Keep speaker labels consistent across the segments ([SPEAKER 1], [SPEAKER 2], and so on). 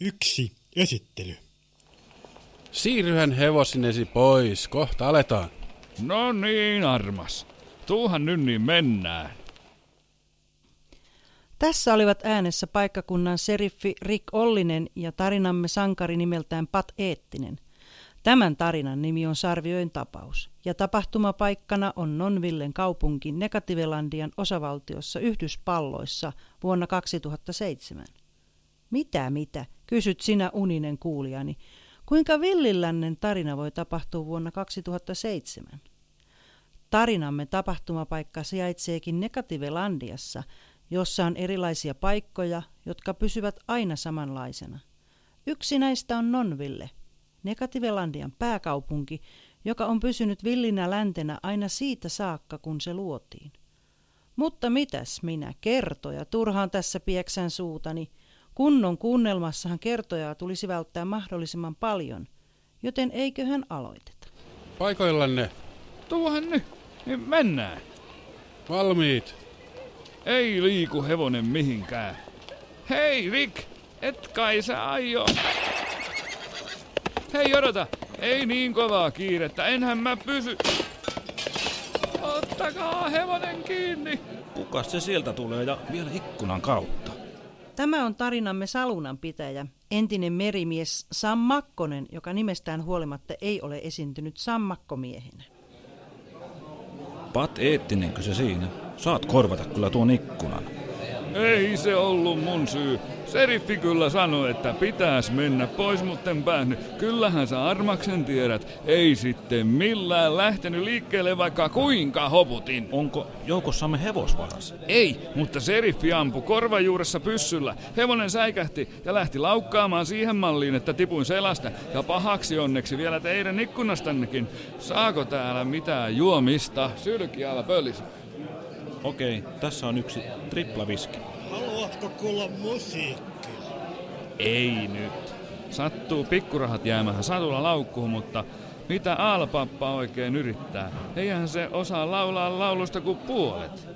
[SPEAKER 1] Yksi esittely.
[SPEAKER 2] Siirryhän hevosinesi pois, kohta aletaan.
[SPEAKER 3] No niin, armas. Tuuhan nyt niin mennään.
[SPEAKER 4] Tässä olivat äänessä paikkakunnan seriffi Rick Ollinen ja tarinamme sankari nimeltään Pat Eettinen. Tämän tarinan nimi on Sarviöin tapaus, ja tapahtumapaikkana on Nonvillen kaupunki Negativelandian osavaltiossa Yhdysvalloissa vuonna 2007. Mitä mitä, kysyt sinä uninen kuulijani, kuinka villilännen tarina voi tapahtua vuonna 2007? Tarinamme tapahtumapaikka sijaitseekin Negativelandiassa, jossa on erilaisia paikkoja, jotka pysyvät aina samanlaisena. Yksi näistä on Nonville, Negativelandian pääkaupunki, joka on pysynyt villinä läntenä aina siitä saakka, kun se luotiin. Mutta mitäs minä kertoja, turhaan tässä pieksän suutani. Kunnon kuunnelmassahan kertojaa tulisi välttää mahdollisimman paljon, joten eiköhän aloiteta.
[SPEAKER 2] Paikoillanne,
[SPEAKER 3] Tuuhan nyt, niin mennään.
[SPEAKER 2] valmiit.
[SPEAKER 3] Ei liiku hevonen mihinkään. Hei Rick, et kai sä aio... Hei odota, ei niin kovaa kiirettä, enhän mä pysy... Ottakaa hevonen kiinni!
[SPEAKER 5] Kuka se sieltä tulee ja vielä ikkunan kautta?
[SPEAKER 4] Tämä on tarinamme salunan pitäjä, entinen merimies Sam Makkonen, joka nimestään huolimatta ei ole esiintynyt sammakkomiehenä.
[SPEAKER 5] Pat Eettinenkö se siinä? Saat korvata kyllä tuon ikkunan.
[SPEAKER 3] Ei se ollut mun syy. Seriffi kyllä sanoi, että pitäis mennä pois, mutta en päähny. Kyllähän sä armaksen tiedät. Ei sitten millään lähtenyt liikkeelle vaikka kuinka hoputin.
[SPEAKER 5] Onko joukossamme hevosvaras?
[SPEAKER 3] Ei, mutta seriffi ampui korvajuuressa pyssyllä. Hevonen säikähti ja lähti laukkaamaan siihen malliin, että tipuin selästä. Ja pahaksi onneksi vielä teidän ikkunastannekin. Saako täällä mitään juomista? Sylki älä pölisi.
[SPEAKER 5] Okei, tässä on yksi triplaviski.
[SPEAKER 1] Haluatko kuulla musiikkia?
[SPEAKER 3] Ei nyt. Sattuu pikkurahat jäämähän satula laukkuun, mutta mitä alpappa oikein yrittää? Eihän se osaa laulaa laulusta kuin puolet.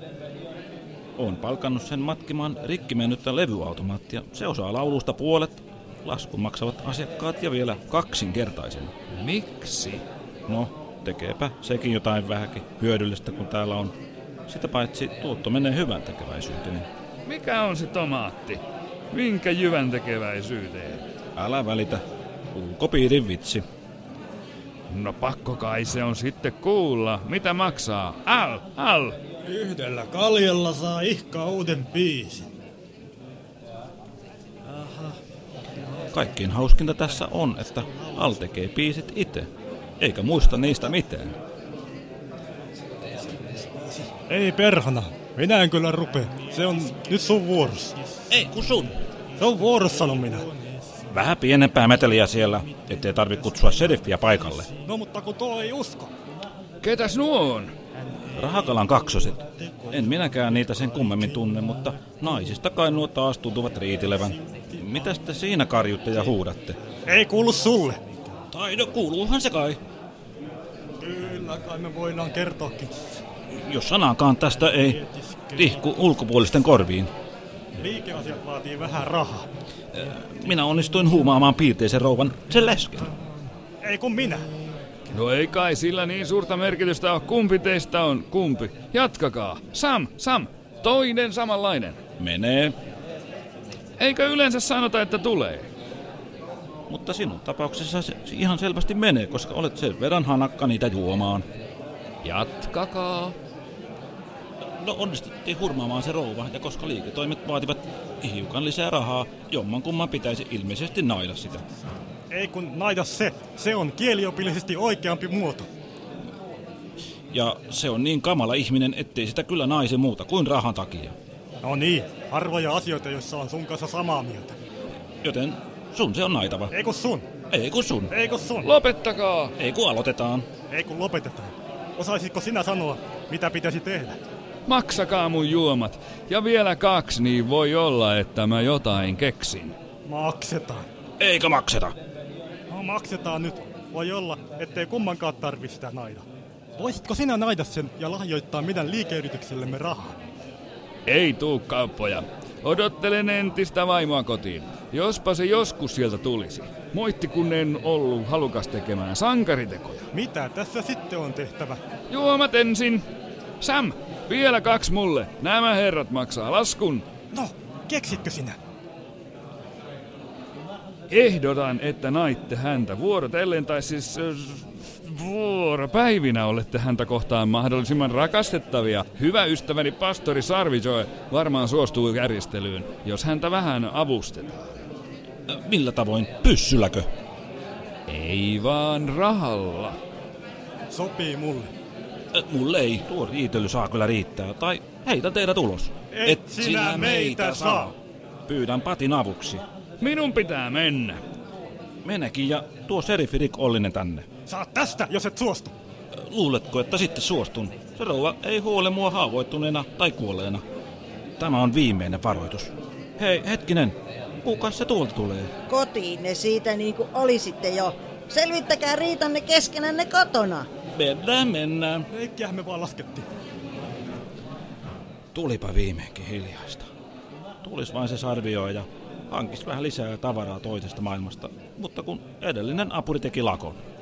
[SPEAKER 5] Oon palkannut sen matkimaan rikki mennyttä levyautomaattia. Se osaa laulusta puolet. Laskun maksavat asiakkaat ja vielä kaksinkertaisena.
[SPEAKER 3] Miksi?
[SPEAKER 5] No, tekeepä sekin jotain vähäkin hyödyllistä, kun täällä on. Sitä paitsi tuotto menee hyvän tekeväisyyteen.
[SPEAKER 3] Mikä on se tomaatti? Minkä jyvän tekeväisyyteen?
[SPEAKER 5] Älä välitä. Ulkopiirin vitsi.
[SPEAKER 3] No pakko kai se on sitten kuulla. Mitä maksaa? Al, al.
[SPEAKER 1] Yhdellä kaljella saa ihkaa uuden biisin.
[SPEAKER 5] Kaikkein hauskinta tässä on, että Al tekee biisit itse, eikä muista niistä mitään.
[SPEAKER 1] Ei perhana, minä en kyllä rupea. Se on, nyt sun vuorossa.
[SPEAKER 5] Ei kun sun.
[SPEAKER 1] Se on vuorossa, sanon minä.
[SPEAKER 5] Vähän pienempää meteliä siellä, ettei tarvitse kutsua seriffiä paikalle.
[SPEAKER 1] No mutta kun tuo ei usko.
[SPEAKER 3] Ketäs nuo on?
[SPEAKER 5] Rahakalan kaksoset. En minäkään niitä sen kummemmin tunne, mutta naisista kai nuo taas tuntuvat riitilevän. Mitäs te siinä karjutte ja huudatte?
[SPEAKER 1] Ei kuulu sulle.
[SPEAKER 5] Tai no kuuluuhan se kai.
[SPEAKER 1] Kyllä kai me voidaan kertoakin.
[SPEAKER 5] Jos sanaakaan tästä ei tihku ulkopuolisten korviin.
[SPEAKER 1] Liikeasiat vaatii vähän rahaa.
[SPEAKER 5] Minä onnistuin huumaamaan piirteisen rouvan sen läsken.
[SPEAKER 1] Ei kun minä.
[SPEAKER 3] No ei kai sillä niin suurta merkitystä ole. Kumpi teistä on kumpi? Jatkakaa. Sam, Sam. Toinen samanlainen.
[SPEAKER 5] Menee,
[SPEAKER 3] Eikö yleensä sanota, että tulee?
[SPEAKER 5] Mutta sinun tapauksessa se se ihan selvästi menee, koska olet sen verran hanakka niitä juomaan.
[SPEAKER 3] Jatkakaa.
[SPEAKER 5] No onnistuttiin hurmaamaan se rouva, ja koska liiketoimet vaativat hiukan lisää rahaa, jommankumman pitäisi ilmeisesti naida sitä.
[SPEAKER 1] Ei kun naida se. Se on kieliopillisesti oikeampi muoto.
[SPEAKER 5] Ja se on niin kamala ihminen, ettei sitä kyllä naisi muuta kuin rahan takia.
[SPEAKER 1] No niin, harvoja asioita, joissa on sun kanssa samaa mieltä.
[SPEAKER 5] Joten sun se on naitava.
[SPEAKER 1] Ei kun sun.
[SPEAKER 5] Ei kun sun.
[SPEAKER 1] Ei kun sun.
[SPEAKER 3] Lopettakaa.
[SPEAKER 5] Ei kun aloitetaan.
[SPEAKER 1] Ei kun lopetetaan. Osaisitko sinä sanoa, mitä pitäisi tehdä?
[SPEAKER 3] Maksakaa mun juomat. Ja vielä kaksi, niin voi olla, että mä jotain keksin.
[SPEAKER 1] Maksetaan.
[SPEAKER 5] Eikä makseta.
[SPEAKER 1] No maksetaan nyt. Voi olla, ettei kummankaan tarvi sitä naida. Voisitko sinä naida sen ja lahjoittaa meidän liikeyrityksellemme rahaa?
[SPEAKER 3] Ei tuu kauppoja. Odottelen entistä vaimoa kotiin. Jospa se joskus sieltä tulisi. Moitti kun en ollut halukas tekemään sankaritekoja.
[SPEAKER 1] Mitä tässä sitten on tehtävä?
[SPEAKER 3] Juomat ensin. Sam, vielä kaksi mulle. Nämä herrat maksaa laskun.
[SPEAKER 1] No, keksitkö sinä?
[SPEAKER 3] Ehdotan, että naitte häntä vuorotellen, tai siis ö, vuoropäivinä olette häntä kohtaan mahdollisimman rakastettavia. Hyvä ystäväni pastori Sarvijoe varmaan suostuu järjestelyyn, jos häntä vähän avustetaan.
[SPEAKER 5] Millä tavoin? Pyssylläkö?
[SPEAKER 3] Ei vaan rahalla.
[SPEAKER 1] Sopii mulle.
[SPEAKER 5] Ö, Mulle ei. Tuo riitely saa kyllä riittää. Tai heitä teidät ulos.
[SPEAKER 1] Et sinä meitä saa.
[SPEAKER 5] Pyydän patin avuksi.
[SPEAKER 3] Minun pitää mennä.
[SPEAKER 5] Menekin ja tuo serifi Rick Ollinen tänne.
[SPEAKER 1] Saat tästä, jos et suostu.
[SPEAKER 5] Ö, Luuletko, että sitten suostun? Se rouva ei huole mua haavoittuneena tai kuolleena. Tämä on viimeinen varoitus. Hei, hetkinen. Kuka se tuolta tulee?
[SPEAKER 6] Kotiin ne siitä niin kuin olisitte jo. Selvittäkää riitanne keskenänne kotona.
[SPEAKER 5] Mennään, mennään.
[SPEAKER 1] Reikkiähän me vaan laskettiin.
[SPEAKER 5] Tulipa viimeinkin hiljaista. Tulis vain se sarvioija. Hankis vähän lisää tavaraa toisesta maailmasta, mutta kun edellinen apuri teki lakon.